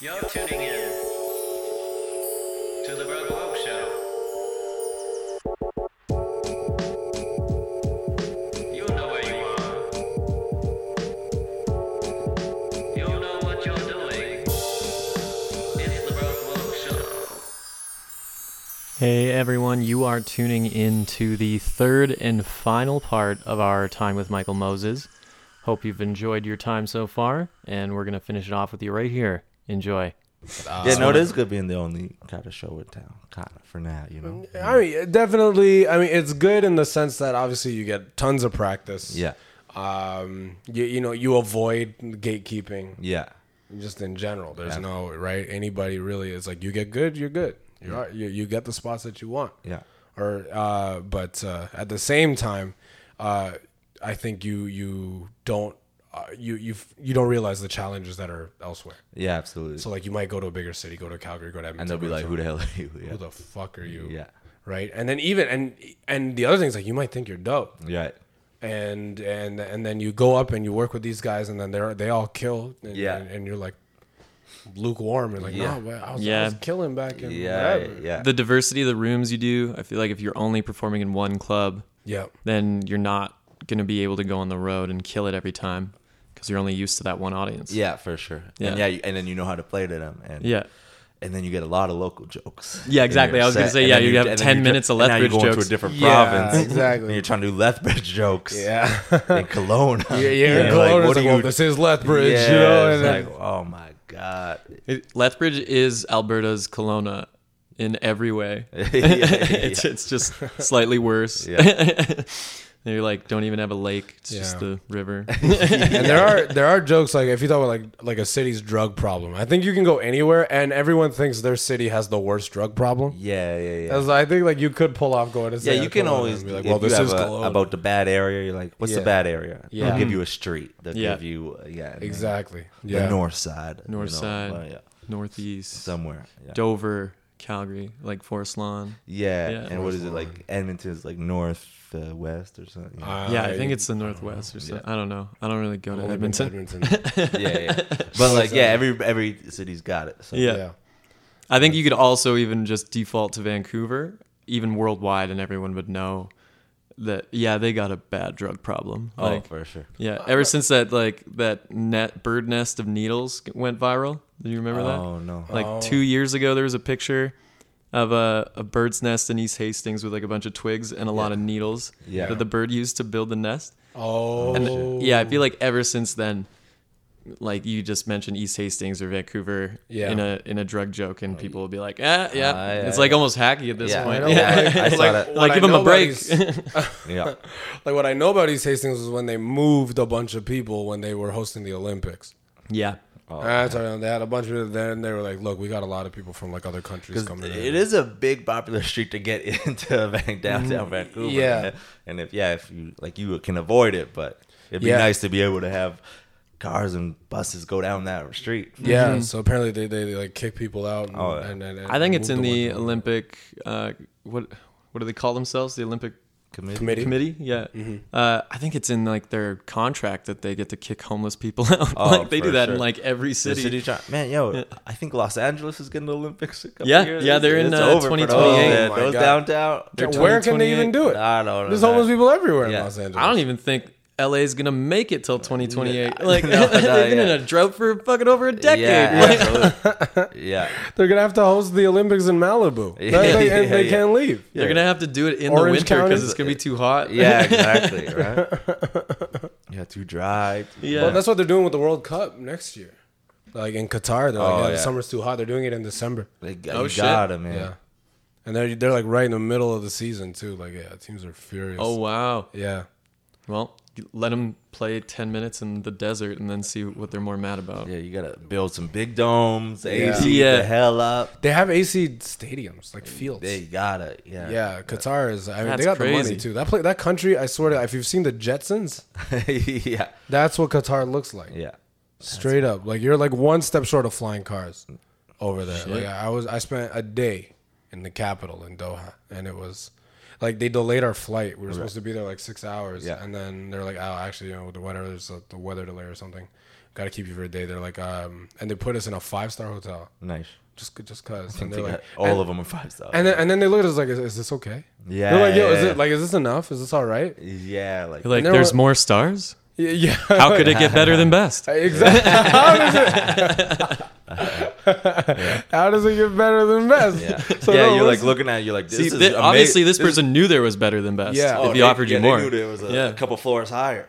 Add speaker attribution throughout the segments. Speaker 1: You're tuning in to the Rogue Woke Show. You know where you are. You know what you're doing. It's the Rogue Woke Show.
Speaker 2: Hey everyone, you are tuning in to the third and final part of our time with Michael Moses. Hope you've enjoyed your time so far, and we're going to finish it off with you right here. Enjoy.
Speaker 3: yeah, no, it is good being the only kind of show in town, kind of for now, you know.
Speaker 4: I mean, definitely. I mean, it's good in the sense that obviously you get tons of practice.
Speaker 3: Yeah,
Speaker 4: Um. You you know you avoid gatekeeping
Speaker 3: yeah,
Speaker 4: just in general. There's no right anybody really. It's like you get good, you're good. You are you you get the spots that you want.
Speaker 3: yeah,
Speaker 4: or uh, but uh, at the same time, uh, I think you you don't uh, you you you don't realize the challenges that are elsewhere.
Speaker 3: yeah, absolutely.
Speaker 4: So like you might go to a bigger city, go to Calgary, go to Edmonton,
Speaker 3: and they'll be
Speaker 4: go
Speaker 3: like,
Speaker 4: to-
Speaker 3: "Who the hell are you?" Yeah,
Speaker 4: who the fuck are you?
Speaker 3: Yeah.
Speaker 4: right. And then even and and the other thing is like you might think you're dope,
Speaker 3: yeah,
Speaker 4: and and and then you go up and you work with these guys, and then they're they all kill, and,
Speaker 3: Yeah.
Speaker 4: and, and you're like lukewarm and like
Speaker 3: Yeah.
Speaker 4: no, but I was, I
Speaker 2: Yeah.
Speaker 4: was killing back in
Speaker 3: yeah,
Speaker 4: whatever.
Speaker 3: yeah.
Speaker 2: The diversity of the rooms you do, I feel like if you're only performing in one club,
Speaker 4: yeah.
Speaker 2: then you're not going to be able to go on the road and kill it every time because you're only used to that one audience.
Speaker 3: Yeah, for sure.
Speaker 2: Yeah.
Speaker 3: And yeah, you- and then you know how to play to them. And
Speaker 2: Yeah.
Speaker 3: and then you get a lot of local jokes.
Speaker 2: Yeah, exactly. I was gonna say, yeah, you have 10 minutes of
Speaker 3: left.
Speaker 2: Lethbridge
Speaker 3: now you're going
Speaker 2: jokes.
Speaker 3: to a different
Speaker 4: Yeah,
Speaker 3: province.
Speaker 4: exactly.
Speaker 3: And you're trying to do Lethbridge jokes.
Speaker 4: Yeah.
Speaker 3: In Cologne. Yeah,
Speaker 4: Yeah,
Speaker 3: And
Speaker 4: yeah.
Speaker 3: you're
Speaker 4: Like,
Speaker 3: what
Speaker 4: what
Speaker 3: do
Speaker 4: like,
Speaker 3: you?
Speaker 4: well, this is Lethbridge,
Speaker 3: yeah,
Speaker 4: you know.
Speaker 3: it's
Speaker 4: And then,
Speaker 3: like, oh my god.
Speaker 2: It- Lethbridge is Alberta's Kelowna in every way. it's, it's just slightly worse. and you're like, don't even have a lake, it's just
Speaker 4: Yeah.
Speaker 2: the river.
Speaker 4: and there are there are jokes like if you talk about like like a city's drug problem, I think you can go anywhere, and everyone thinks their city has the worst drug problem.
Speaker 3: Yeah, yeah, yeah.
Speaker 4: As I think like you could pull off going to
Speaker 3: yeah,
Speaker 4: say,
Speaker 3: you can
Speaker 4: Kelowna
Speaker 3: always
Speaker 4: and be
Speaker 3: like,
Speaker 4: like,
Speaker 3: if
Speaker 4: well, this
Speaker 3: you
Speaker 4: is
Speaker 3: have a,
Speaker 4: Kelowna.
Speaker 3: about the bad area. You're like, what's the
Speaker 4: Yeah.
Speaker 3: bad area?
Speaker 4: Yeah.
Speaker 3: They'll give you a street. They'll
Speaker 2: Yeah.
Speaker 3: give you, uh, yeah, and then
Speaker 4: exactly.
Speaker 3: the
Speaker 4: Yeah,
Speaker 3: north side, you
Speaker 2: North
Speaker 3: know,
Speaker 2: side,
Speaker 3: but yeah,
Speaker 2: Northeast,
Speaker 3: somewhere. Yeah.
Speaker 2: Dover, Calgary, like Forest Lawn.
Speaker 3: Yeah,
Speaker 2: Yeah.
Speaker 3: and what is it like? Edmonton's like north uh, west or something. Yeah,
Speaker 4: Oh,
Speaker 2: yeah, I think it's the Northwest or something. I don't know. I don't really go to Edmonton.
Speaker 3: yeah, yeah. but like, yeah, every every city's got it. So.
Speaker 2: Yeah.
Speaker 4: yeah,
Speaker 2: I think you could also even just default to Vancouver, even worldwide, and everyone would know that, yeah, they got a bad drug problem.
Speaker 3: Oh,
Speaker 2: Like,
Speaker 3: for sure.
Speaker 2: Yeah, ever since that like that net bird nest of needles went viral. Do you remember that?
Speaker 3: Oh no.
Speaker 2: Like two years ago, there was a picture of a, a bird's nest in East Hastings with like a bunch of twigs and a lot of needles
Speaker 3: Yeah.
Speaker 2: that the bird used to build the nest.
Speaker 4: Oh,
Speaker 2: Yeah, I feel like ever since then, like you just mentioned East Hastings or Vancouver
Speaker 4: Yeah.
Speaker 2: in a in a drug joke, and people will be like, eh, yeah,
Speaker 3: Ah, yeah,
Speaker 2: it's like almost hacky at this
Speaker 3: Yeah,
Speaker 2: point.
Speaker 3: I know, like, I
Speaker 2: It's
Speaker 3: saw
Speaker 2: like,
Speaker 3: that.
Speaker 2: like,
Speaker 4: What
Speaker 2: give
Speaker 4: I
Speaker 2: them a
Speaker 4: know
Speaker 2: break.
Speaker 4: about these-
Speaker 3: yeah.
Speaker 4: like what I know about East Hastings was when they moved a bunch of people when they were hosting the Olympics.
Speaker 2: Oh, yeah,
Speaker 4: That's right. They had a bunch of then they were like, look, we got a lot of people from like other countries coming. in.
Speaker 3: It is a big popular street to get into Van- downtown Vancouver.
Speaker 4: Mm, Yeah.
Speaker 3: And if yeah, if you like you can avoid it, but it'd be
Speaker 4: Yeah.
Speaker 3: nice to be able to have cars and buses go down that street.
Speaker 4: Yeah, so apparently they, they, they, like kick people out. And,
Speaker 3: Oh, yeah.
Speaker 4: and, and, and
Speaker 2: Mm-hmm. I think it's
Speaker 4: move
Speaker 2: in the
Speaker 4: one-
Speaker 2: Olympic. Uh, what what do they call themselves? The Olympic
Speaker 3: Committee.
Speaker 4: committee.
Speaker 2: Committee? Yeah.
Speaker 3: Mm-hmm.
Speaker 2: Uh, I think it's in like their contract that they get to kick homeless people out.
Speaker 3: Oh,
Speaker 2: like they
Speaker 3: for
Speaker 2: do that
Speaker 3: sure.
Speaker 2: in like every
Speaker 3: The
Speaker 2: city.
Speaker 3: city try- Man, yo, I think Los Angeles is getting the Olympics. A couple
Speaker 2: Yeah,
Speaker 3: years.
Speaker 2: yeah, they're in,
Speaker 3: It's
Speaker 2: uh,
Speaker 3: over for those.
Speaker 2: 2028.
Speaker 3: Yeah,
Speaker 4: Oh my
Speaker 3: those
Speaker 4: God.
Speaker 3: downtown.
Speaker 2: They're
Speaker 4: Yeah, Where can they
Speaker 2: 2028?
Speaker 4: even do it?
Speaker 3: I don't know.
Speaker 4: There's homeless people everywhere
Speaker 3: Yeah.
Speaker 4: in Los Angeles.
Speaker 2: I don't even think LA is gonna make it till 2028.
Speaker 3: Yeah.
Speaker 2: Like
Speaker 3: No, no,
Speaker 2: they've been
Speaker 3: yeah.
Speaker 2: in a drought for fucking over a decade. Like,
Speaker 3: Yeah, absolutely. yeah.
Speaker 4: They're gonna have to host the Olympics in Malibu.
Speaker 3: Yeah,
Speaker 4: That- they,
Speaker 3: yeah,
Speaker 4: and they
Speaker 3: yeah.
Speaker 4: can't leave.
Speaker 2: They're gonna have to do it in the
Speaker 4: Orange
Speaker 2: winter
Speaker 4: County?
Speaker 2: because it's gonna be too hot.
Speaker 3: Yeah, exactly. Right. Yeah, too dry. too-
Speaker 2: yeah.
Speaker 4: Well, that's what they're doing with the World Cup next year. Like in Qatar, they're like,
Speaker 3: Oh,
Speaker 4: yeah,
Speaker 3: yeah.
Speaker 4: the summer's too hot. They're doing it in December.
Speaker 3: Like,
Speaker 2: Oh,
Speaker 3: you
Speaker 2: shit.
Speaker 3: gotta, man.
Speaker 4: Yeah. And they're, they're like right in the middle of the season, too. Like, yeah, teams are furious.
Speaker 2: oh wow.
Speaker 4: yeah.
Speaker 2: Well, let them play 10 minutes in the desert and then see what they're more mad about.
Speaker 3: Yeah, you gotta build some big domes,
Speaker 4: Yeah.
Speaker 3: AC
Speaker 2: Yeah.
Speaker 3: the hell up.
Speaker 4: They have AC stadiums, like fields.
Speaker 3: They gotta, yeah,
Speaker 4: yeah, Qatar is. I mean,
Speaker 2: That's
Speaker 4: they got the
Speaker 2: crazy.
Speaker 4: money too. That play, that country, I swear to, if you've seen the Jetsons,
Speaker 3: yeah,
Speaker 4: that's what Qatar looks like.
Speaker 3: yeah.
Speaker 4: Straight up, like you're like one step short of flying cars over there. Like I was, I spent a day in the capital in Doha, and it was like they delayed our flight. We were supposed to be there like six hours,
Speaker 3: Yeah.
Speaker 4: and then they're like, "Oh, actually, you know, the weather there's a, the weather delay or something. Got to keep you for a day." They're like, "Um," and they put us in a five star hotel
Speaker 3: Nice.
Speaker 4: just just cause.
Speaker 3: I
Speaker 4: And they're
Speaker 3: think
Speaker 4: like,
Speaker 3: I- all
Speaker 4: and,
Speaker 3: of them are five stars.
Speaker 4: and then and then they look at us like, "Is, is this okay?"
Speaker 3: yeah,
Speaker 4: They're like, "Yo, is
Speaker 3: yeah,
Speaker 4: it like is this enough? Is this all right?"
Speaker 3: yeah, like,
Speaker 2: Like,
Speaker 4: And there
Speaker 2: there's
Speaker 4: were-
Speaker 2: more stars?
Speaker 4: Y- Yeah,
Speaker 2: How could it get better than best?
Speaker 4: exactly. How does it? How does it get better than best?
Speaker 3: yeah,
Speaker 4: So
Speaker 3: yeah.
Speaker 4: no,
Speaker 3: You're like
Speaker 4: listen-
Speaker 3: looking at it, you're like this
Speaker 2: See,
Speaker 3: is
Speaker 2: thi-
Speaker 3: amazing.
Speaker 2: obviously, this person knew there was better than best.
Speaker 4: Yeah.
Speaker 2: If
Speaker 4: Oh,
Speaker 2: he offered you
Speaker 3: yeah,
Speaker 2: more,
Speaker 3: They knew there was a,
Speaker 2: Yeah.
Speaker 3: a couple floors higher.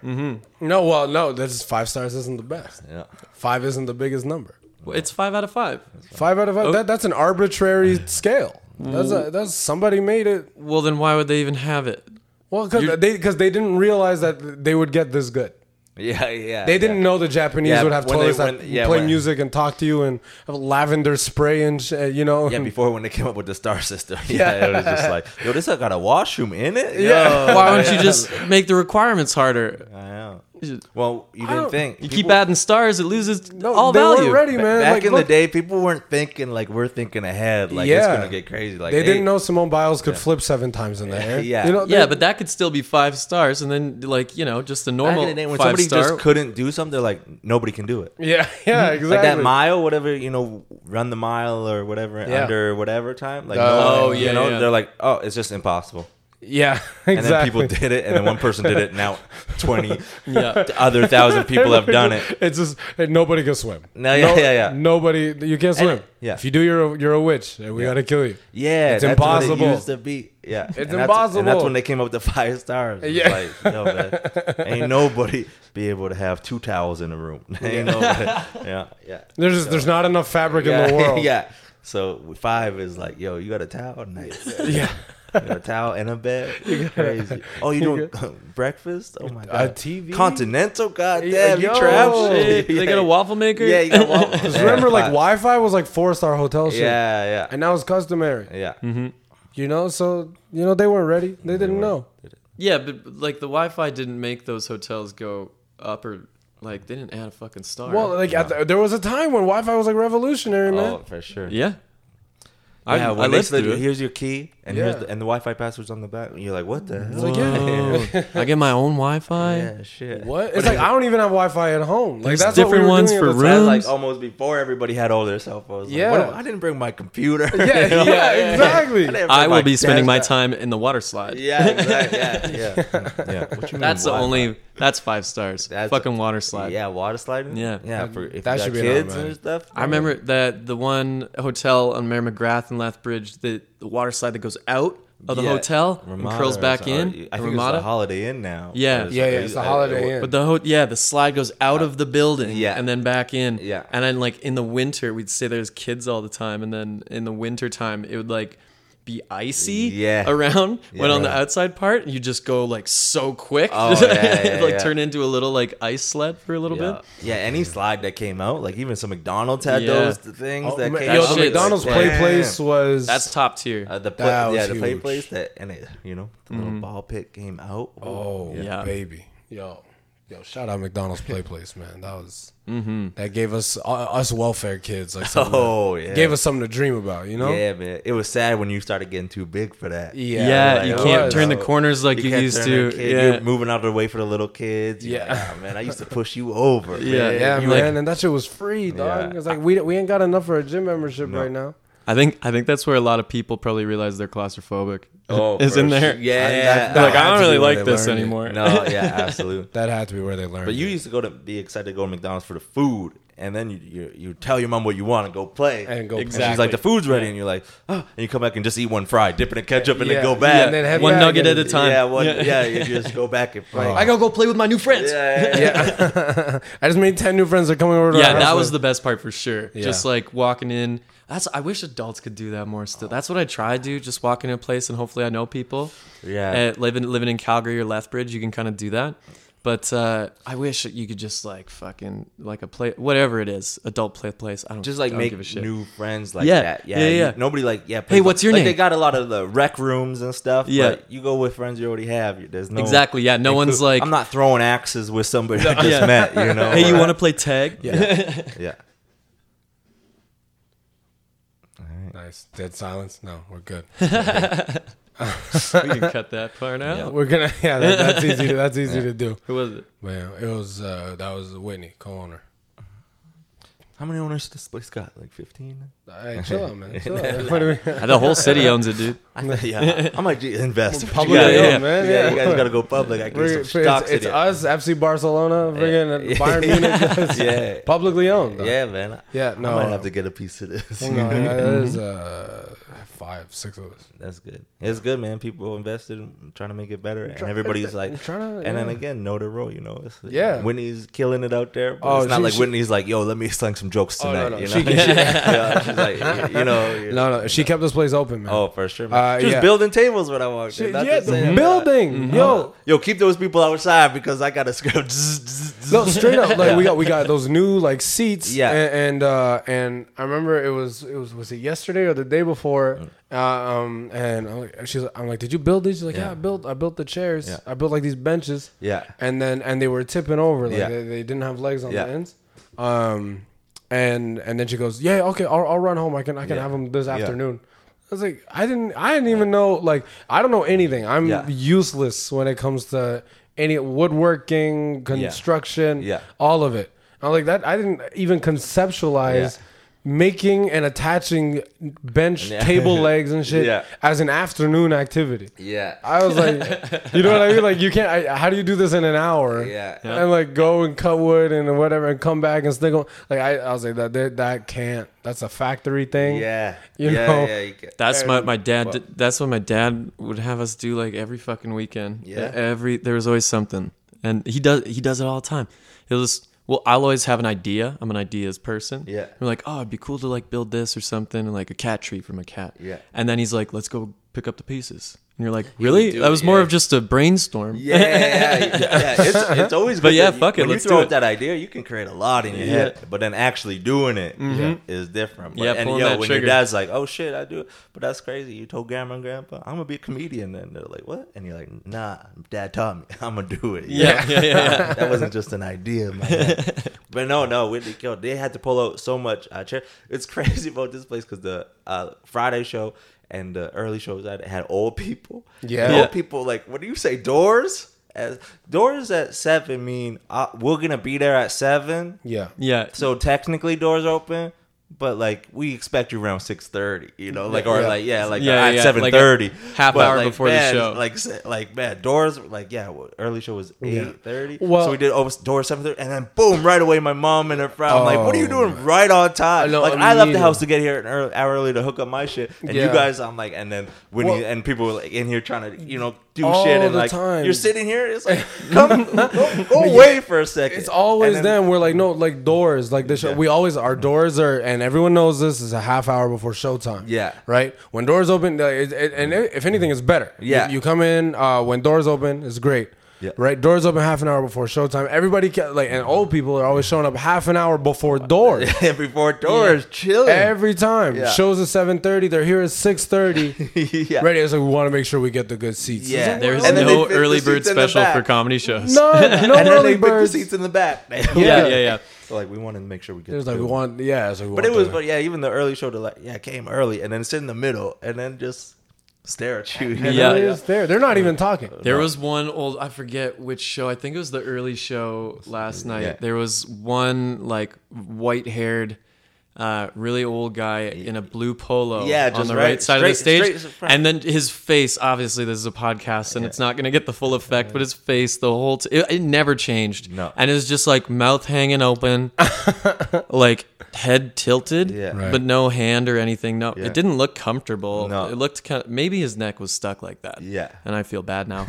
Speaker 4: No, well, no. That's just five stars isn't the best.
Speaker 3: Yeah.
Speaker 4: Five isn't the biggest number.
Speaker 2: Well, it's five out of five.
Speaker 4: Five out of
Speaker 3: Oh.
Speaker 4: five. That, that's an arbitrary scale. That's a, that's somebody made it.
Speaker 2: Well, then why would they even have it?
Speaker 4: Well, because
Speaker 2: You're-
Speaker 4: they because they didn't realize that they would get this good.
Speaker 3: Yeah, yeah.
Speaker 4: They didn't
Speaker 3: yeah.
Speaker 4: know the Japanese
Speaker 3: Yeah,
Speaker 4: would have
Speaker 3: when they-
Speaker 4: toilets
Speaker 3: when-
Speaker 4: that
Speaker 3: yeah,
Speaker 4: play
Speaker 3: when-
Speaker 4: music and talk to you and have lavender spray and sh- uh, you know.
Speaker 3: Yeah,
Speaker 4: and-
Speaker 3: before when they came up with the star system. Yeah, it was just like, yo, this got a washroom in it. Yo.
Speaker 4: Yeah.
Speaker 2: Why don't you just make the requirements harder?
Speaker 3: I know.
Speaker 2: You
Speaker 3: Well, you
Speaker 4: don't-
Speaker 3: didn't think.
Speaker 2: keep
Speaker 3: People-
Speaker 2: adding stars, it loses
Speaker 4: no,
Speaker 2: all
Speaker 4: they
Speaker 2: value.
Speaker 4: weren't ready,
Speaker 3: ba-
Speaker 4: man.
Speaker 3: Back
Speaker 4: Like,
Speaker 3: in
Speaker 4: look,
Speaker 3: the day, people weren't thinking like we're thinking ahead. Like it's
Speaker 4: Yeah.
Speaker 3: gonna get crazy. Like
Speaker 4: they, didn't know Simone Biles could flip seven times in the air.
Speaker 3: Yeah.
Speaker 4: you know,
Speaker 2: Yeah,
Speaker 4: they-
Speaker 2: but that could still be five stars, and then like you know, just the
Speaker 3: Back
Speaker 2: normal
Speaker 3: in the day, when
Speaker 2: five
Speaker 3: somebody
Speaker 2: star.
Speaker 3: just couldn't do something, they're like nobody can do it.
Speaker 4: yeah, yeah, exactly.
Speaker 3: Like that mile, whatever you know, run the mile or whatever
Speaker 4: Yeah.
Speaker 3: under whatever time. Like
Speaker 4: Oh,
Speaker 3: no,
Speaker 2: yeah,
Speaker 3: you know,
Speaker 2: yeah.
Speaker 3: they're like, oh, it's just impossible.
Speaker 4: yeah,
Speaker 3: And
Speaker 4: exactly.
Speaker 3: then people did it, and then one person did it. Now twenty
Speaker 2: yeah,
Speaker 3: other thousand people have done it.
Speaker 4: It's just and nobody can swim.
Speaker 3: No, yeah, yeah, yeah.
Speaker 4: Nobody, you can't swim.
Speaker 3: yeah.
Speaker 4: if you do, you're a, you're a witch, and we gotta kill you.
Speaker 3: Yeah,
Speaker 4: It's
Speaker 3: that's what it
Speaker 4: impossible.
Speaker 3: used to be. Yeah, it's and
Speaker 4: impossible.
Speaker 3: that's when they came up with the five stars. It's
Speaker 4: Yeah.
Speaker 3: like, yo, man, ain't nobody be able to have two towels in a room. ain't nobody. Yeah, yeah,
Speaker 4: There's just, there's not enough fabric
Speaker 3: yeah,
Speaker 4: in the world.
Speaker 3: yeah. So five is like, yo, you got a towel, nice. You
Speaker 4: yeah.
Speaker 3: got a towel and a bed, crazy. Oh, you doing breakfast? Oh my god,
Speaker 4: TV?
Speaker 3: continental,
Speaker 4: Yeah,
Speaker 3: goddamn,
Speaker 4: yo,
Speaker 3: you trap
Speaker 2: Shit,
Speaker 3: shit.
Speaker 2: they got a waffle maker.
Speaker 3: Yeah, you got waffles.
Speaker 4: Just
Speaker 3: Yeah,
Speaker 4: remember, like
Speaker 3: five.
Speaker 4: Wi-Fi was like four star hotel shit, Mm-hmm.
Speaker 3: Yeah, yeah,
Speaker 4: and that was customary.
Speaker 3: yeah.
Speaker 4: You know, so you know they weren't ready. They didn't know.
Speaker 2: yeah, but like the Wi-Fi didn't make those hotels go up or like they didn't add a fucking star.
Speaker 4: Well,
Speaker 3: uh,
Speaker 4: like at the, there was a time when Wi-Fi was like revolutionary, man.
Speaker 3: Oh, for sure.
Speaker 2: yeah, I,
Speaker 3: yeah,
Speaker 2: I
Speaker 3: when they
Speaker 2: lived
Speaker 3: said,
Speaker 2: through it.
Speaker 3: Here's your key, and here's
Speaker 4: Yeah.
Speaker 3: the, and the Wi-Fi password's on the back. And you're like, what the hell?
Speaker 4: like, yeah.
Speaker 2: Whoa. I get my own Wi-Fi.
Speaker 3: yeah, shit.
Speaker 4: What? It's like I don't even have Wi-Fi at home. Like
Speaker 2: There's
Speaker 4: that's what we
Speaker 2: different
Speaker 4: were
Speaker 2: ones
Speaker 4: doing
Speaker 2: for
Speaker 4: at
Speaker 2: room.
Speaker 4: the time.
Speaker 3: That's
Speaker 2: Rooms?
Speaker 3: like almost before everybody had all their cell phones. Like,
Speaker 4: Yeah.
Speaker 3: what if- I didn't bring my computer.
Speaker 4: Yeah, yeah, exactly.
Speaker 3: I didn't
Speaker 2: I
Speaker 3: bring
Speaker 2: will be spending my
Speaker 3: desktop.
Speaker 2: time in the water slide.
Speaker 3: Yeah, exactly. Yeah, yeah, yeah. What you mean
Speaker 2: That's the
Speaker 3: Wi-Fi?
Speaker 2: only. That's five stars.
Speaker 3: That's-
Speaker 2: Fucking water slide.
Speaker 3: Yeah, water sliding.
Speaker 2: Yeah.
Speaker 3: yeah. For if
Speaker 4: That
Speaker 3: you got
Speaker 4: should be an
Speaker 3: kids
Speaker 4: automatic.
Speaker 3: and stuff.
Speaker 2: I remember that the one hotel on Mary McGrath and Lethbridge, the, the water slide that goes out of the
Speaker 3: Yeah.
Speaker 2: hotel and
Speaker 3: Ramada
Speaker 2: curls
Speaker 3: or
Speaker 2: back
Speaker 3: something.
Speaker 2: in.
Speaker 3: I
Speaker 2: the
Speaker 3: think
Speaker 2: Ramada.
Speaker 3: it's the Holiday Inn now.
Speaker 2: Yeah.
Speaker 4: Yeah, yeah, it's the
Speaker 3: I-
Speaker 4: Holiday
Speaker 3: I-
Speaker 4: Inn.
Speaker 2: but the ho- yeah, the slide goes out of the building
Speaker 3: Uh, Yeah.
Speaker 2: and then back in.
Speaker 3: Yeah.
Speaker 2: And then like in the winter we'd say there's kids all the time and then in the winter time it would like be icy
Speaker 3: Yeah.
Speaker 2: around when on the
Speaker 3: right.
Speaker 2: outside part you just go like so quick.
Speaker 3: Oh, yeah, yeah,
Speaker 2: It'd, like
Speaker 3: yeah.
Speaker 2: turn into a little like ice sled for a little
Speaker 3: Yeah.
Speaker 2: bit.
Speaker 3: yeah, any slide that came out, like even some McDonald's had
Speaker 2: Yeah.
Speaker 3: those things
Speaker 4: Oh,
Speaker 3: that
Speaker 4: ma-
Speaker 3: came
Speaker 4: yo,
Speaker 3: out.
Speaker 4: the
Speaker 2: shit's
Speaker 4: McDonald's
Speaker 3: Like,
Speaker 4: play
Speaker 3: damn.
Speaker 4: place was
Speaker 2: That's top tier.
Speaker 3: Uh, the play,
Speaker 4: That was
Speaker 3: yeah, the play
Speaker 4: huge. Mm-hmm.
Speaker 3: place that and it, you know, the little ball pit came out.
Speaker 4: oh
Speaker 2: Yeah.
Speaker 4: baby, yo, yo, shout out McDonald's play place, man. That was
Speaker 2: Mm-hmm.
Speaker 4: that gave us uh, us welfare kids like something
Speaker 3: Oh,
Speaker 4: to-
Speaker 3: yeah.
Speaker 4: gave us something to dream about, you know.
Speaker 3: yeah, man. It was sad when you started getting too big for that.
Speaker 4: Yeah,
Speaker 2: yeah,
Speaker 4: like,
Speaker 2: you
Speaker 4: it
Speaker 2: can't
Speaker 4: was.
Speaker 2: turn the corners like you,
Speaker 3: can't
Speaker 2: used
Speaker 3: turn a
Speaker 2: to.
Speaker 3: kid.
Speaker 2: yeah.
Speaker 3: You're moving out of the way for the little kids. You're
Speaker 4: Yeah.
Speaker 3: like, "Ah, man, I used to push you over.
Speaker 2: Yeah.
Speaker 3: man."
Speaker 4: Yeah,
Speaker 2: You, like-
Speaker 4: man, and that shit was free, dog.
Speaker 3: Yeah.
Speaker 4: It's like we we ain't got enough for a gym membership right now.
Speaker 2: I think I think that's where a lot of people probably realize they're claustrophobic.
Speaker 3: Oh,
Speaker 2: is
Speaker 3: for
Speaker 2: in there.
Speaker 3: sure. Yeah,
Speaker 4: That-
Speaker 3: yeah.
Speaker 4: that-
Speaker 2: like I
Speaker 4: had
Speaker 2: don't
Speaker 4: to
Speaker 2: really
Speaker 4: be where
Speaker 2: like
Speaker 4: they
Speaker 2: this
Speaker 4: learned it.
Speaker 2: anymore.
Speaker 3: no, yeah, absolutely.
Speaker 4: That had to be where they learned.
Speaker 3: But you
Speaker 4: it.
Speaker 3: used to go to be excited to go to McDonald's for the food, and then you you, you tell your mom what you want and go play.
Speaker 4: and go
Speaker 2: Exactly.
Speaker 4: exactly.
Speaker 3: And she's like, the food's ready, and you're like, oh, and you come back and just eat one fry, dip it in ketchup, and
Speaker 4: Yeah.
Speaker 3: then go back.
Speaker 4: And then head
Speaker 2: One
Speaker 4: back
Speaker 2: nugget
Speaker 4: and-
Speaker 2: at a time.
Speaker 3: Yeah, one, yeah. you just go back and play.
Speaker 2: I gotta go play with my new friends. Yeah,
Speaker 3: yeah, yeah, yeah.
Speaker 4: Yeah, I just made ten new friends that are coming over. To our house
Speaker 2: that was
Speaker 4: with-
Speaker 2: the best part for sure.
Speaker 4: Yeah.
Speaker 2: Just like walking in. That's I wish adults could do that more still. That's what I try to do. Just walk into a place and hopefully I know people. Uh,
Speaker 3: Yeah.
Speaker 2: living living in Calgary or Lethbridge, you can kind of do that. But uh, I wish you could just like fucking like a play whatever it is adult play place. I don't
Speaker 3: just
Speaker 2: I
Speaker 3: like
Speaker 2: don't
Speaker 3: make
Speaker 2: give a shit.
Speaker 3: new friends like
Speaker 2: Yeah.
Speaker 3: that.
Speaker 2: Yeah,
Speaker 3: Yeah,
Speaker 2: yeah.
Speaker 3: you- nobody like yeah.
Speaker 2: Hey,
Speaker 3: please-
Speaker 2: what's your
Speaker 3: like,
Speaker 2: name?
Speaker 3: They got a lot of the rec rooms and stuff.
Speaker 2: Yeah.
Speaker 3: but you go with friends you already have. You- There's no
Speaker 2: Exactly, yeah, no one's like-
Speaker 3: I'm not throwing axes with somebody I just
Speaker 2: Yeah.
Speaker 3: met. You know.
Speaker 2: Hey, you want to play tag?
Speaker 3: to? Yeah.
Speaker 4: nice dead silence. No, we're good.
Speaker 2: we can cut that part out.
Speaker 4: We're gonna yeah, that, that's easy. To, that's easy to do.
Speaker 2: Who was it?
Speaker 4: But yeah, it was uh, that was Whitney co-owner.
Speaker 3: How many owners does this place got? Like 15?
Speaker 4: Hey, chill out, man. Chill out. What do we-
Speaker 2: The whole city owns it, dude.
Speaker 3: I think, yeah. I might ju- invest.
Speaker 4: Public
Speaker 3: yeah,
Speaker 2: owned,
Speaker 3: yeah.
Speaker 4: man,
Speaker 3: Yeah, you
Speaker 4: yeah.
Speaker 3: guys got to go public. I
Speaker 4: We're-
Speaker 3: get
Speaker 4: it's,
Speaker 3: some stocks
Speaker 4: it's
Speaker 3: in it.
Speaker 4: us, FC Barcelona, friggin' Bayern Munich. that's
Speaker 3: Yeah.
Speaker 4: publicly owned. though.
Speaker 3: Yeah, man.
Speaker 4: Yeah,
Speaker 3: I
Speaker 4: no. Mm-hmm.
Speaker 3: might have to Mm-hmm. get a piece of this.
Speaker 4: No, there's uh, five, six of us.
Speaker 3: That's good. It's good, man. People invested in trying to make it better, and everybody's like,
Speaker 4: trying to-
Speaker 3: and then
Speaker 4: yeah.
Speaker 3: again, know the role, you know. It's,
Speaker 4: Yeah.
Speaker 3: Whitney's killing it out there. But
Speaker 4: Oh,
Speaker 3: it's not
Speaker 4: she-
Speaker 3: like
Speaker 4: she-
Speaker 3: Whitney's like, yo, let me sling some jokes
Speaker 4: Oh,
Speaker 3: tonight.
Speaker 4: no, no.
Speaker 3: You know,
Speaker 4: She-
Speaker 3: Yeah, she's like, you know, you-
Speaker 4: No, no, she kept this place open, man.
Speaker 3: oh, for sure. Man.
Speaker 4: Uh,
Speaker 3: she was
Speaker 4: yeah.
Speaker 3: building tables when I walked in.
Speaker 4: Shit,
Speaker 3: Not
Speaker 4: yeah,
Speaker 3: to say-
Speaker 4: the building, yo,
Speaker 3: Mm-hmm. Yo, keep those people outside because I got to script.
Speaker 4: no, straight up, like we got we got those new like seats,
Speaker 3: Yeah.
Speaker 4: and and, uh, and I remember it was it was was it yesterday or the day before, uh, um, and I'm like, she's like, I'm like, did you build these? She's like, yeah,
Speaker 3: Uh-huh. Yeah.
Speaker 4: I built I built the chairs,
Speaker 3: Yeah.
Speaker 4: I built like these benches,
Speaker 3: Yeah.
Speaker 4: and then and they were tipping over, like
Speaker 3: Yeah.
Speaker 4: they, they didn't have legs on
Speaker 3: Yeah.
Speaker 4: the ends, um, and and then she goes, yeah, okay, I'll, I'll run home, I can I can
Speaker 3: Yeah.
Speaker 4: have them this
Speaker 3: Yeah.
Speaker 4: afternoon. I was like, I didn't, I didn't even know. Like, I don't know anything. I'm
Speaker 3: Yeah.
Speaker 4: useless when it comes to any woodworking, construction,
Speaker 3: Yeah.
Speaker 4: all of it. I'm like that. I didn't even conceptualize
Speaker 3: Yeah.
Speaker 4: making and attaching bench
Speaker 3: Yeah.
Speaker 4: table legs and shit
Speaker 3: Yeah.
Speaker 4: as an afternoon activity.
Speaker 3: Yeah.
Speaker 4: I was like, you know what I mean? Like, you can't. I, how do you do this in an hour?
Speaker 3: Yeah. Yeah.
Speaker 4: And like go and cut wood and whatever, and come back and stick on. Like I, I was like that. That, that can't. That's a factory thing.
Speaker 3: yeah.
Speaker 4: You
Speaker 3: yeah,
Speaker 4: know.
Speaker 3: Yeah. You get,
Speaker 2: That's my my dad. did- that's what my dad would have us do like every fucking weekend. E,
Speaker 3: Yeah.
Speaker 2: Every there was always something, and he does he does it all the time. He'll just well, I'll always have an idea. I'm an ideas person.
Speaker 3: Yeah.
Speaker 2: We're like, oh, it'd be cool to like build this or something, and like a cat tree from a cat.
Speaker 3: Yeah.
Speaker 2: And then he's like, let's go pick up the pieces. And you're like, really?
Speaker 3: do
Speaker 2: That
Speaker 3: it,
Speaker 2: was more
Speaker 3: yeah.
Speaker 2: of just a brainstorm.
Speaker 3: Yeah, yeah, yeah. yeah. It's, it's always good.
Speaker 2: But yeah,
Speaker 3: that you-
Speaker 2: fuck it,
Speaker 3: When
Speaker 2: let's
Speaker 3: you throw
Speaker 2: do
Speaker 3: up
Speaker 2: it.
Speaker 3: that idea, you can create a lot in your head, but then actually doing it
Speaker 4: Mm-hmm.
Speaker 3: is different. But,
Speaker 2: Yeah,
Speaker 3: and
Speaker 2: pulling
Speaker 3: yo,
Speaker 2: that
Speaker 3: when
Speaker 2: trigger.
Speaker 3: your dad's like, "Oh shit, I do," it. but that's crazy. You told grandma and grandpa, "I'm gonna be a comedian," and they're like, "What?" And you're like, "Nah, dad taught me. I'm gonna do it." You
Speaker 2: Yeah. Yeah. yeah, yeah.
Speaker 3: that wasn't just an idea, man. but no, no, Whitney killed. They had to pull out so much. Uh, chair. It's crazy about this place because the uh, Friday show and the early shows that had old people.
Speaker 4: Yeah.
Speaker 3: And
Speaker 4: Yeah.
Speaker 3: old people like what do you say? Doors. As, doors at seven mean uh, we're gonna be there at seven.
Speaker 4: Yeah.
Speaker 2: Yeah.
Speaker 3: So technically doors open, but like we expect you around six thirty, you know, like or
Speaker 4: Yeah.
Speaker 3: like yeah, like
Speaker 2: Yeah, yeah,
Speaker 3: at
Speaker 2: yeah,
Speaker 3: seven
Speaker 2: like
Speaker 3: thirty,
Speaker 2: a half hour before the show.
Speaker 3: Like se- like man, doors like yeah, well, early show was eight thirty.
Speaker 4: Well-
Speaker 3: so we did over doors seven thirty, and then boom, right away my mom and her friend. I'm like, what are you
Speaker 4: Oh
Speaker 3: doing right on time?
Speaker 4: know,
Speaker 3: like I left the
Speaker 4: immediately.
Speaker 3: house to get here an early, hour early to hook up my shit, and
Speaker 4: Yeah.
Speaker 3: you guys, I'm like, and then when
Speaker 4: Well-
Speaker 3: you, and people were like in here trying to you know do
Speaker 4: All
Speaker 3: shit, and
Speaker 4: the
Speaker 3: like
Speaker 4: time.
Speaker 3: you're sitting here, it's like come go, go away for a second.
Speaker 4: It's always
Speaker 3: And then-
Speaker 4: them. We're like, no, like doors. Like the show.
Speaker 3: Yeah.
Speaker 4: We always our doors are, and everyone knows this is a half hour before showtime.
Speaker 3: Yeah.
Speaker 4: Right. When doors open, uh, it, it, and if anything, it's better.
Speaker 3: Yeah.
Speaker 4: You, you come in uh, when doors open. It's great.
Speaker 3: Yeah.
Speaker 4: Right. Doors open half an hour before showtime. Everybody can, like, and old people are always showing up half an hour before doors.
Speaker 3: and before doors, chilling.
Speaker 4: Every time
Speaker 3: Yeah.
Speaker 4: shows at seven thirty, they're here at six thirty.
Speaker 3: yeah.
Speaker 4: Ready? It's like we want to make sure we get the good seats.
Speaker 3: Yeah.
Speaker 4: It's like,
Speaker 2: There's
Speaker 3: And then they
Speaker 2: no
Speaker 3: fit the
Speaker 2: early
Speaker 3: seats
Speaker 2: bird
Speaker 3: in the
Speaker 2: special for
Speaker 3: back.
Speaker 2: comedy shows.
Speaker 4: None, no
Speaker 3: And then
Speaker 4: early
Speaker 3: they pick the
Speaker 4: birds.
Speaker 3: seats in the back.
Speaker 2: Yeah.
Speaker 4: Yeah.
Speaker 2: Yeah. Yeah.
Speaker 3: So, like we wanted to make sure we get.
Speaker 4: It was like
Speaker 3: the-
Speaker 4: we want, yeah. It's like we
Speaker 3: but it
Speaker 4: want
Speaker 3: was,
Speaker 4: the-
Speaker 3: but yeah, even the early show to like, yeah, came early and then sit in the middle and then just stare at you.
Speaker 4: And
Speaker 2: Yeah.
Speaker 4: it is there. They're not even talking.
Speaker 2: There was one old I forget which show. I think it was the early show last night.
Speaker 3: Yeah.
Speaker 2: There was one like white-haired uh, really old guy in a blue polo
Speaker 3: Yeah,
Speaker 2: on
Speaker 3: just
Speaker 2: the right,
Speaker 3: right-
Speaker 2: side of the
Speaker 3: straight-
Speaker 2: stage.
Speaker 3: straight front.
Speaker 2: and then his face, obviously this is a podcast and it's not going to get the full effect, but his face the whole t- it, it never changed.
Speaker 3: No.
Speaker 2: And it was just like mouth hanging open, like head tilted,
Speaker 3: Yeah. Right.
Speaker 2: but no hand or anything. No,
Speaker 3: Yeah.
Speaker 2: it didn't look comfortable.
Speaker 3: No.
Speaker 2: It looked kind of, maybe his neck was stuck like that
Speaker 3: Yeah.
Speaker 2: and I feel bad now.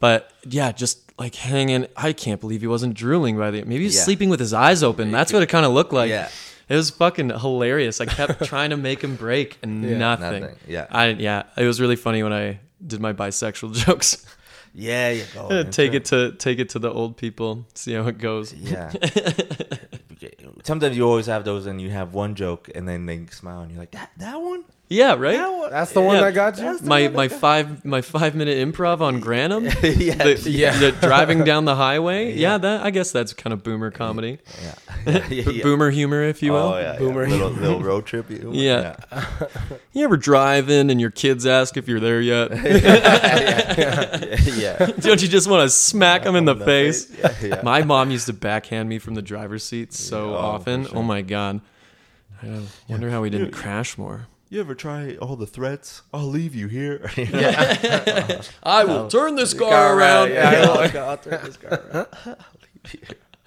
Speaker 2: But yeah, just like hanging. I can't believe he wasn't drooling by the. Maybe he's
Speaker 3: Yeah.
Speaker 2: sleeping with his eyes open. That's what it kind of looked like.
Speaker 3: Yeah.
Speaker 2: It was fucking hilarious. I kept trying to make him break and nothing.
Speaker 3: nothing. Yeah.
Speaker 2: I yeah. It was really funny when I did my bisexual jokes.
Speaker 3: Yeah, you go. man.
Speaker 2: take it to take it to the old people. See how it goes.
Speaker 3: Yeah. Sometimes you always have those, and you have one joke, and then they smile, and you're like, "That that one."
Speaker 2: Yeah, right.
Speaker 4: That's the one
Speaker 2: Yeah,
Speaker 4: that got you.
Speaker 3: that's-
Speaker 2: my my five my five minute improv on Granum.
Speaker 3: Yeah,
Speaker 2: The-
Speaker 4: yeah.
Speaker 2: the driving down the highway. Yeah. that I guess that's kind of boomer comedy,
Speaker 3: yeah, yeah, yeah,
Speaker 2: B- boomer humor, if you will.
Speaker 3: Oh, yeah,
Speaker 4: Boomer.
Speaker 3: yeah. Little, little road trip. You
Speaker 2: Yeah. You ever driving and your kids ask if you're there yet?
Speaker 3: yeah, yeah.
Speaker 2: Don't you just want to smack them in the face?
Speaker 3: Yeah, yeah.
Speaker 2: My mom used to backhand me from the driver's seat so often. Oh my god. I don't- wonder how we didn't crash more.
Speaker 3: You ever try all the threats? I'll leave you here. You know?
Speaker 2: I will turn this car, around.
Speaker 4: around. Yeah.
Speaker 3: I'll turn this car around.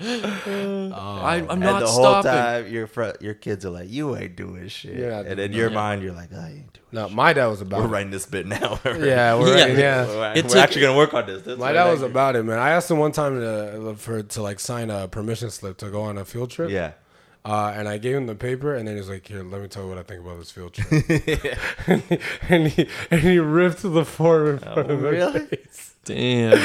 Speaker 2: Oh, I, am
Speaker 3: and
Speaker 2: not
Speaker 3: the whole
Speaker 2: stopping.
Speaker 3: time, your fr- your kids are like, "You ain't doing shit,"
Speaker 4: You're not
Speaker 3: and in
Speaker 4: doing
Speaker 3: your mind, you're like, "I ain't doing."
Speaker 4: No, my dad was
Speaker 3: It. We're
Speaker 4: about it.
Speaker 3: writing this bit now.
Speaker 4: Yeah, we're
Speaker 2: Yeah.
Speaker 4: yeah. yeah.
Speaker 3: we're,
Speaker 2: It
Speaker 3: we're
Speaker 2: took-
Speaker 3: actually gonna work on this. That's
Speaker 4: My
Speaker 3: what
Speaker 4: dad
Speaker 3: I
Speaker 4: was
Speaker 3: do.
Speaker 4: about it, man. I asked him one time to for to like sign a permission slip to go on a field trip.
Speaker 3: Yeah,
Speaker 4: Uh, and I gave him the paper, and then he's like, "Here, let me tell you what I think about this field trip." and, he, and he and he ripped the form in front of him.
Speaker 3: Oh, really?
Speaker 2: Damn.
Speaker 4: My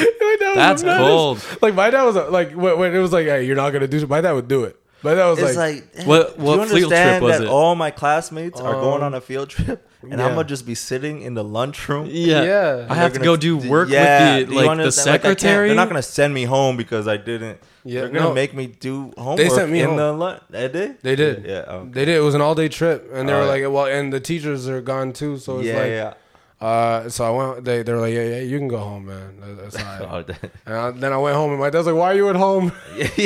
Speaker 4: dad was
Speaker 2: That's
Speaker 4: mad as-
Speaker 2: cold.
Speaker 4: Like my dad was uh, like, when, when it was like, "Hey, you're not gonna do," it," my dad would do it. My dad was
Speaker 3: It's
Speaker 4: like,
Speaker 3: like, eh,
Speaker 2: What-
Speaker 3: do
Speaker 2: what
Speaker 3: you
Speaker 2: field trip
Speaker 3: understand
Speaker 2: was
Speaker 3: that
Speaker 2: it?
Speaker 3: all my classmates are going on a field trip, and I'm
Speaker 4: Um, yeah.
Speaker 3: gonna just be sitting in the lunchroom.
Speaker 2: Yeah. I
Speaker 4: Yeah.
Speaker 3: They're
Speaker 2: have to
Speaker 3: gonna
Speaker 2: go do work
Speaker 3: yeah,
Speaker 2: with
Speaker 3: do
Speaker 2: the
Speaker 3: you
Speaker 2: like the
Speaker 3: understand? Like, I can't-
Speaker 2: secretary.
Speaker 3: they're not gonna send me home because I didn't.
Speaker 4: Yeah,
Speaker 3: they're gonna
Speaker 4: no.
Speaker 3: make me do homework.
Speaker 4: sent me
Speaker 3: in
Speaker 4: home.
Speaker 3: the lunch. They did.
Speaker 4: They did.
Speaker 3: Yeah. okay.
Speaker 4: They did. It was an all day trip, and they
Speaker 3: Oh,
Speaker 4: were like,
Speaker 3: yeah.
Speaker 4: "Well," and the teachers are gone too. So it's
Speaker 3: yeah,
Speaker 4: like,
Speaker 3: yeah.
Speaker 4: Uh, so I went. They they were like, "Yeah, yeah, you can go home, man. That- That's all right."
Speaker 3: Oh, that-
Speaker 4: And I, then I went home, and my dad's like, "Why are you at home?"
Speaker 3: yeah,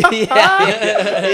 Speaker 3: yeah,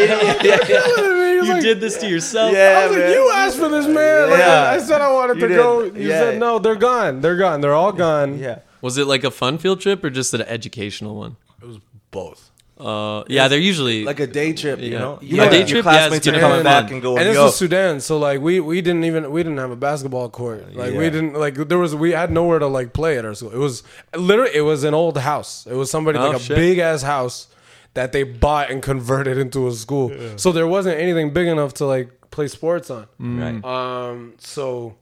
Speaker 3: yeah, yeah.
Speaker 4: you
Speaker 2: You did this to yourself.
Speaker 4: I was like, "You asked for this, man. Like,
Speaker 3: Yeah.
Speaker 4: I, I said I wanted
Speaker 3: You
Speaker 4: to
Speaker 3: did.
Speaker 4: go. You
Speaker 3: Yeah.
Speaker 4: said no. They're gone. They're gone. They're all gone.
Speaker 3: yeah.
Speaker 2: Was it like a fun field trip or just an educational one?
Speaker 4: it was both.
Speaker 2: Uh, yeah, they're usually
Speaker 3: Like a day trip, you
Speaker 2: Yeah.
Speaker 3: know.
Speaker 2: Yeah,
Speaker 3: You know
Speaker 4: day
Speaker 3: your
Speaker 2: trip, yeah, it's
Speaker 3: classmates are
Speaker 2: gonna
Speaker 3: coming
Speaker 4: be
Speaker 3: back
Speaker 2: fun.
Speaker 3: and going.
Speaker 4: and this
Speaker 3: Yo,
Speaker 4: was Sudan, so like we we didn't even we didn't have a basketball court. Like we
Speaker 3: Yeah.
Speaker 4: didn't like there was we had nowhere to like play at our school. It was literally it was an old house. It was somebody
Speaker 2: Oh,
Speaker 4: like a
Speaker 2: shit.
Speaker 4: big ass house that they bought and converted into a school. So there wasn't anything big enough to like play sports on.
Speaker 3: right.
Speaker 4: Um. So,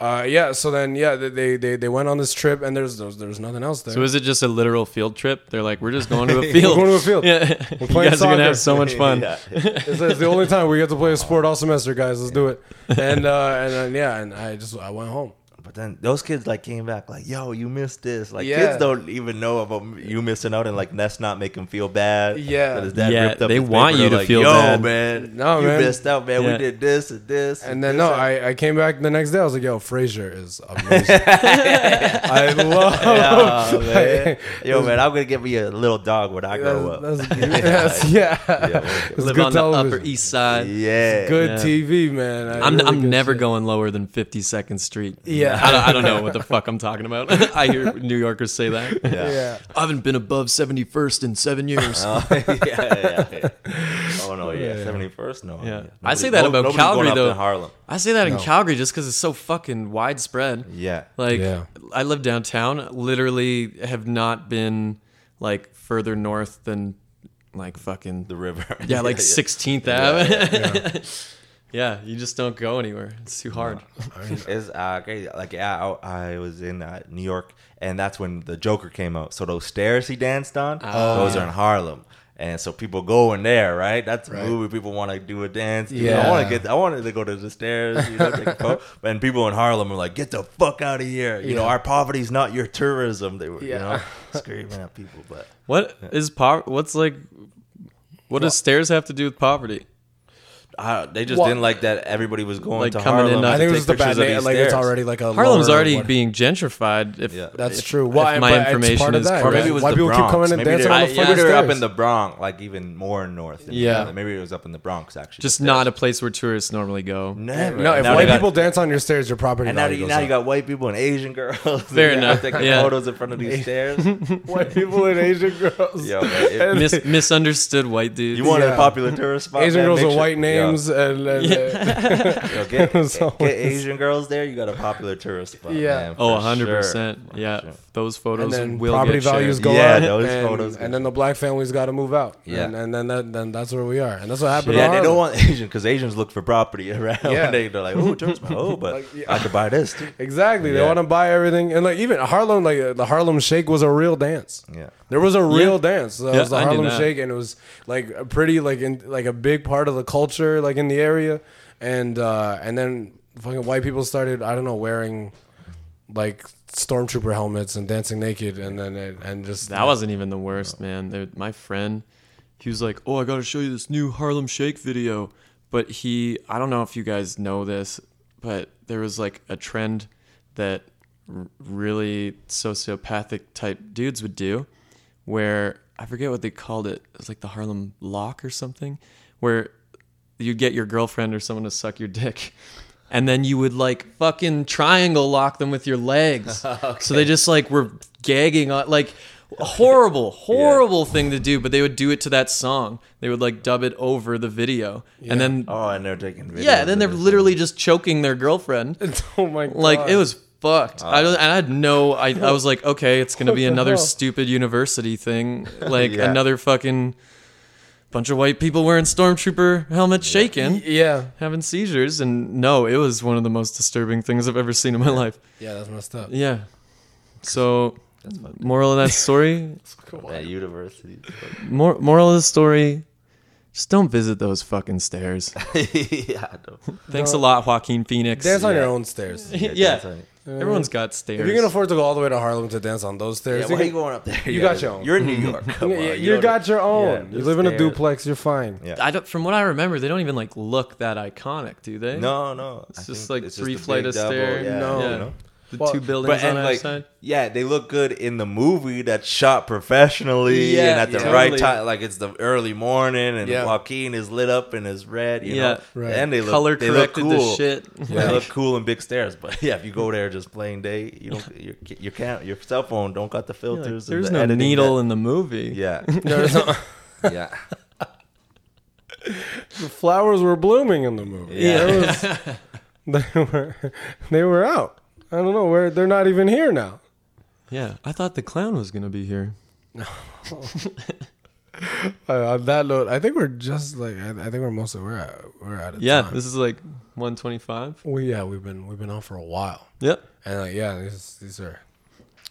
Speaker 4: uh, yeah. So then, yeah, they- they they they went on this trip, and there's there's, there's nothing else there.
Speaker 2: So is it just a literal field trip? They're like, we're just going to a field.
Speaker 4: going to a field.
Speaker 2: Yeah. you
Speaker 4: playing
Speaker 2: guys are gonna have so
Speaker 4: soccer.
Speaker 2: much fun.
Speaker 3: Yeah.
Speaker 4: it's, it's the only time we get to play a sport all semester, guys. Let's do it. And uh, and then, yeah, and I just I went home.
Speaker 3: But then those kids like came back like, "Yo, you missed this." Like
Speaker 4: Yeah.
Speaker 3: kids don't even know about you missing out, and like that's not make him feel bad.
Speaker 4: Yeah.
Speaker 3: That his dad
Speaker 2: Yeah,
Speaker 3: ripped up
Speaker 2: they
Speaker 3: his
Speaker 2: want
Speaker 3: paper.
Speaker 2: you
Speaker 3: They're
Speaker 2: to
Speaker 3: like,
Speaker 2: feel
Speaker 3: Yo,
Speaker 2: bad.
Speaker 3: man.
Speaker 4: No,
Speaker 3: you
Speaker 4: man.
Speaker 3: missed out, man.
Speaker 2: Yeah.
Speaker 3: We did this and this,
Speaker 4: And then no,
Speaker 3: this."
Speaker 4: I, I came back the next day. I was like, yo, Frazier is amazing. I love.
Speaker 3: Oh, man. Yo, man, I'm gonna give me a little dog when I grow up.
Speaker 4: That's, that's, yes, yeah.
Speaker 3: Yeah,
Speaker 4: It's
Speaker 2: Live
Speaker 4: good
Speaker 2: on the
Speaker 4: television.
Speaker 2: Upper East Side.
Speaker 3: yeah.
Speaker 4: Good
Speaker 2: Yeah.
Speaker 4: TV, man. I
Speaker 2: I'm,
Speaker 4: really
Speaker 2: I'm
Speaker 4: good
Speaker 2: never
Speaker 4: shit.
Speaker 2: going lower than 52nd Street.
Speaker 4: Yeah.
Speaker 2: I don't, I don't know what the fuck I'm talking about. I hear New Yorkers say that.
Speaker 3: Yeah.
Speaker 4: Yeah.
Speaker 2: I haven't been above 71st in seven years.
Speaker 3: Oh, yeah, yeah, yeah. oh no, yeah,
Speaker 4: Yeah.
Speaker 3: seventy first. No,
Speaker 2: Yeah.
Speaker 3: yeah.
Speaker 2: I say that
Speaker 3: no-
Speaker 2: about
Speaker 3: nobody's
Speaker 2: Calgary,
Speaker 3: going up
Speaker 2: though.
Speaker 3: In Harlem.
Speaker 2: I say that in
Speaker 4: No.
Speaker 2: Calgary just because it's so fucking widespread.
Speaker 3: Yeah.
Speaker 2: Like,
Speaker 4: Yeah.
Speaker 2: I live downtown, literally have not been like further north than like fucking,
Speaker 3: the river.
Speaker 2: yeah, like 16th Ave. yeah, you just don't go anywhere. It's too hard.
Speaker 3: It's uh, crazy. Like yeah, I, I was in uh, New York, and that's when the Joker came out. So those stairs he danced on,
Speaker 2: Oh,
Speaker 3: those are in Harlem, and so people go in there, right? That's a movie. People want to do a dance. dude. I want to
Speaker 4: Yeah.
Speaker 3: get. I wanted to go to the stairs. You know, take a photo. and people in Harlem are like, "Get the fuck out of here!" You know,
Speaker 4: Yeah.
Speaker 3: our poverty's not your tourism. They were,
Speaker 4: Yeah.
Speaker 3: you know, screaming at people, but.
Speaker 2: What is po- What's like? What does stairs have to do with poverty?
Speaker 3: I, they just
Speaker 4: Well-
Speaker 3: didn't like that everybody was going
Speaker 2: Like
Speaker 3: to
Speaker 2: coming in
Speaker 3: Harlem.
Speaker 2: not
Speaker 3: to
Speaker 2: I
Speaker 4: I think it
Speaker 3: take
Speaker 4: was just a bad
Speaker 3: pictures of
Speaker 4: name.
Speaker 3: these
Speaker 4: Like it's
Speaker 3: stairs.
Speaker 4: already like a
Speaker 2: Harlem's
Speaker 4: lower
Speaker 2: already
Speaker 4: one.
Speaker 2: being gentrified. If
Speaker 3: Yeah.
Speaker 4: That's
Speaker 2: if-
Speaker 4: true.
Speaker 2: if
Speaker 4: Why
Speaker 2: my
Speaker 4: but it's
Speaker 2: information
Speaker 4: part of
Speaker 2: is
Speaker 4: that,
Speaker 2: correct.
Speaker 3: Or maybe it was
Speaker 4: Why
Speaker 3: the
Speaker 4: people keep
Speaker 3: Bronx.
Speaker 4: coming and
Speaker 3: Maybe
Speaker 4: dancing
Speaker 3: they're-
Speaker 4: on the
Speaker 2: I-
Speaker 4: fucking
Speaker 3: Maybe
Speaker 4: stairs?
Speaker 3: they're up in the Bronx, like even more north. than
Speaker 4: Yeah.
Speaker 3: Canada. maybe it was up in the Bronx actually.
Speaker 2: just not a place where tourists normally go.
Speaker 3: never.
Speaker 4: No, if
Speaker 3: Now
Speaker 4: white
Speaker 3: they got-
Speaker 4: people dance on your stairs, your property
Speaker 3: and now,
Speaker 4: value
Speaker 3: you,
Speaker 4: goes
Speaker 3: now
Speaker 4: up.
Speaker 3: you got white people and Asian girls.
Speaker 2: Fair
Speaker 3: They're
Speaker 2: enough.
Speaker 3: Taking
Speaker 2: Yeah.
Speaker 3: photos in front of these stairs.
Speaker 4: white people and Asian girls.
Speaker 3: Yo, man, if-
Speaker 4: And
Speaker 2: Mis- misunderstood white dudes.
Speaker 3: you want a
Speaker 4: Yeah.
Speaker 3: popular tourist spot?
Speaker 4: Asian
Speaker 3: man,
Speaker 4: girls
Speaker 3: make
Speaker 4: with
Speaker 3: sure-
Speaker 4: white names and, and uh,
Speaker 3: Yo, yo, get,
Speaker 4: It's
Speaker 3: get
Speaker 4: always-
Speaker 3: Asian girls there. You got a popular tourist spot.
Speaker 4: Yeah.
Speaker 3: Man,
Speaker 2: oh,
Speaker 3: for
Speaker 2: 100 percent.
Speaker 3: sure. For
Speaker 2: Yeah,
Speaker 3: sure.
Speaker 2: those
Speaker 4: and
Speaker 2: photos
Speaker 4: then
Speaker 2: will
Speaker 4: property
Speaker 2: get shared.
Speaker 4: values go
Speaker 3: Yeah,
Speaker 4: up.
Speaker 3: those
Speaker 4: and,
Speaker 3: photos get
Speaker 4: and then the black families got to move out.
Speaker 3: Yeah.
Speaker 4: and, and then that, then that's where we are, and that's what happened.
Speaker 3: Yeah,
Speaker 4: to
Speaker 3: they don't
Speaker 4: Harlem.
Speaker 3: want Asian because Asians look for property around.
Speaker 4: Yeah.
Speaker 3: they, they're like, oh, tourist spot. Oh, but
Speaker 4: Like, yeah.
Speaker 3: I could buy this too.
Speaker 4: exactly. They
Speaker 3: Yeah.
Speaker 4: want to buy everything, and like even Harlem, like uh, the Harlem Shake was a real dance.
Speaker 3: Yeah.
Speaker 4: There was a real dance. So
Speaker 2: Yeah,
Speaker 4: it was the
Speaker 2: I knew
Speaker 4: Harlem
Speaker 2: that.
Speaker 4: Shake, and it was like a pretty, like in like a big part of the culture, like in the area. And uh, and then fucking white people started I don't know wearing like stormtrooper helmets and dancing naked, and then it, and just
Speaker 2: That wasn't even the worst, man. There, my friend, he was like, "Oh, I gotta show you this new Harlem Shake video," but he, I don't know if you guys know this, but there was like a trend that r- really sociopathic type dudes would do, where I forget what they called it. It was like the Harlem Lock or something, where you get your girlfriend or someone to suck your dick. And then you would like fucking triangle lock them with your legs. So they just like were gagging on like a horrible, horrible thing to do, but they would do it to that song. They would like dub it over the video. And then
Speaker 3: Oh, and they're taking videos.
Speaker 2: yeah, then
Speaker 3: of
Speaker 2: they're
Speaker 3: this.
Speaker 2: literally just choking their girlfriend.
Speaker 4: oh my god, Uh.
Speaker 2: Like it was fucked. I don't, and I had no. I, I was like, okay, it's gonna be
Speaker 4: the
Speaker 2: another
Speaker 4: hell?
Speaker 2: stupid university thing, like
Speaker 3: Yeah.
Speaker 2: another fucking bunch of white people wearing stormtrooper helmets, shaking,
Speaker 4: yeah
Speaker 2: having seizures, and no, it was one of the most disturbing things I've ever seen in my life.
Speaker 4: yeah that's messed up.
Speaker 2: Yeah. So, moral of that story.
Speaker 3: at university.
Speaker 2: mor- moral of the story. Just don't visit those fucking stairs.
Speaker 3: yeah, I know.
Speaker 2: Thanks a lot, Joaquin Phoenix.
Speaker 4: Dance on your
Speaker 3: Yeah.
Speaker 4: own stairs.
Speaker 2: yeah,
Speaker 3: that's right.
Speaker 2: everyone's got stairs.
Speaker 4: If you can afford to go all the way to Harlem to dance on those stairs,
Speaker 3: Yeah,
Speaker 4: you,
Speaker 3: why are you
Speaker 4: can-
Speaker 3: going up there? Yeah,
Speaker 4: You got your own. Mm-hmm.
Speaker 3: You're in New York. Come on,
Speaker 4: yeah, you
Speaker 3: don't-
Speaker 4: got your
Speaker 3: Yeah,
Speaker 4: own. you
Speaker 3: there's
Speaker 4: live in a
Speaker 3: stairs.
Speaker 4: duplex. You're fine.
Speaker 3: Yeah.
Speaker 2: I don't, from what I remember, they don't even like look that iconic, do they?
Speaker 3: No, no.
Speaker 2: It's
Speaker 3: I
Speaker 2: just
Speaker 3: think
Speaker 2: like
Speaker 3: it's
Speaker 2: three
Speaker 3: the big
Speaker 2: flight of
Speaker 3: double,
Speaker 2: stairs.
Speaker 3: yeah,
Speaker 4: No.
Speaker 3: you
Speaker 2: Yeah.
Speaker 3: know?
Speaker 2: the
Speaker 4: Well,
Speaker 2: two buildings
Speaker 3: But
Speaker 2: on
Speaker 3: and
Speaker 2: either
Speaker 3: like,
Speaker 2: side.
Speaker 3: yeah, they look good in the movie that's shot professionally
Speaker 2: Yeah,
Speaker 3: and at the
Speaker 2: yeah.
Speaker 3: right
Speaker 2: totally.
Speaker 3: time. Like it's the early morning, and
Speaker 4: Yeah.
Speaker 3: Joaquin is lit up and is red. You
Speaker 2: Yeah.
Speaker 3: know?
Speaker 4: Right.
Speaker 3: and they look
Speaker 2: Color
Speaker 3: they look
Speaker 2: corrected the
Speaker 3: cool.
Speaker 2: shit.
Speaker 3: They look cool in big stairs, but yeah, if you go there just plain day, you don't your your can your cell phone don't got the
Speaker 2: Like,
Speaker 3: filters. and
Speaker 2: there's
Speaker 3: the
Speaker 2: no
Speaker 3: editing
Speaker 2: needle
Speaker 3: that-
Speaker 2: in the movie.
Speaker 3: yeah,
Speaker 4: There's no-
Speaker 3: yeah.
Speaker 4: the flowers were blooming in the movie.
Speaker 3: Yeah.
Speaker 4: There was- they were they were out. I don't know where they're not even here now.
Speaker 2: Yeah. I thought the clown was gonna be here.
Speaker 4: Uh, on that note, I think we're just like I, I think we're mostly we're at, we're out of
Speaker 2: Yeah.
Speaker 4: time.
Speaker 2: This is like 125.
Speaker 4: we yeah we've been we've been on for a while,
Speaker 2: Yep.
Speaker 4: and like yeah these these are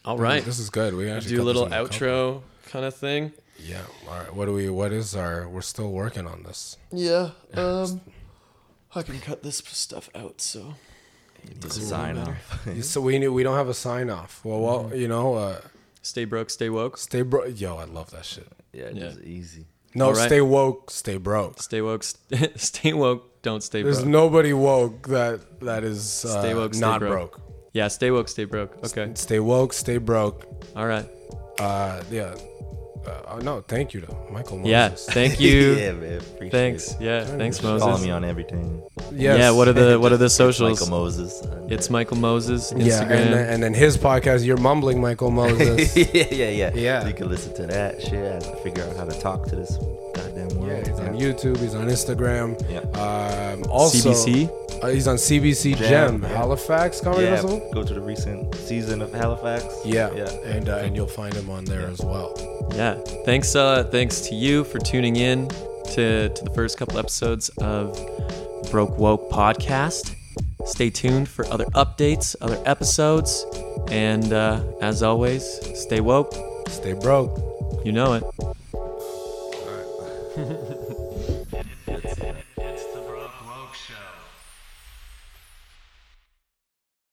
Speaker 2: All right.
Speaker 4: This is good. We
Speaker 2: Do
Speaker 4: actually
Speaker 2: a
Speaker 4: cut
Speaker 2: little
Speaker 4: this in the cup.
Speaker 2: outro kind of thing.
Speaker 4: Yeah. All right. What do we? What is our? We're still working on this.
Speaker 2: Yeah. Um, I can cut this stuff out. So
Speaker 3: Sign off.
Speaker 4: So we need, we don't have a sign off. Well,
Speaker 2: Mm.
Speaker 4: well, you know, uh,
Speaker 2: stay broke, stay woke.
Speaker 4: stay bro. Yo, I love that shit.
Speaker 3: Yeah, just easy.
Speaker 4: No,
Speaker 2: All right.
Speaker 4: stay woke, stay broke.
Speaker 2: Stay woke. St- stay woke. Don't stay
Speaker 4: There's
Speaker 2: broke.
Speaker 4: nobody woke that that is uh,
Speaker 2: Stay woke, stay
Speaker 4: not
Speaker 2: broke.
Speaker 4: broke.
Speaker 2: yeah. Stay woke. Stay broke. Okay.
Speaker 4: Stay woke, stay broke.
Speaker 2: All right.
Speaker 4: Uh, yeah. Uh, oh, no, thank you to Michael Moses.
Speaker 2: Yeah. Thank you.
Speaker 3: yeah, man. appreciate it.
Speaker 2: Thanks. Yeah. Thanks, Moses.
Speaker 3: Follow me on everything.
Speaker 4: Yes.
Speaker 2: Yeah. What are the What are the
Speaker 3: Michael
Speaker 2: socials?
Speaker 3: Moses.
Speaker 2: it's Michael Moses Instagram.
Speaker 4: yeah, and then, and then his podcast, You're Mumbling, Michael Moses.
Speaker 3: yeah, yeah, yeah.
Speaker 4: Yeah.
Speaker 3: So you can listen to that shit and figure out how to talk to this goddamn world.
Speaker 4: yeah, he's on YouTube, he's on Instagram.
Speaker 3: Yeah.
Speaker 4: Um, also,
Speaker 2: CBC?
Speaker 4: Uh, he's on CBC Gem,
Speaker 3: Gem, yeah.
Speaker 4: Halifax Comedy
Speaker 3: Yeah,
Speaker 4: Festival.
Speaker 3: go to the recent season of Halifax.
Speaker 4: Yeah,
Speaker 3: yeah.
Speaker 4: and uh, and you'll find him on there as well.
Speaker 2: Yeah. Thanks. Uh, thanks to you for tuning in to to the first couple episodes of Broke Woke podcast. Stay tuned for other updates, other episodes, and uh, as always, stay woke.
Speaker 4: Stay broke.
Speaker 2: You know it.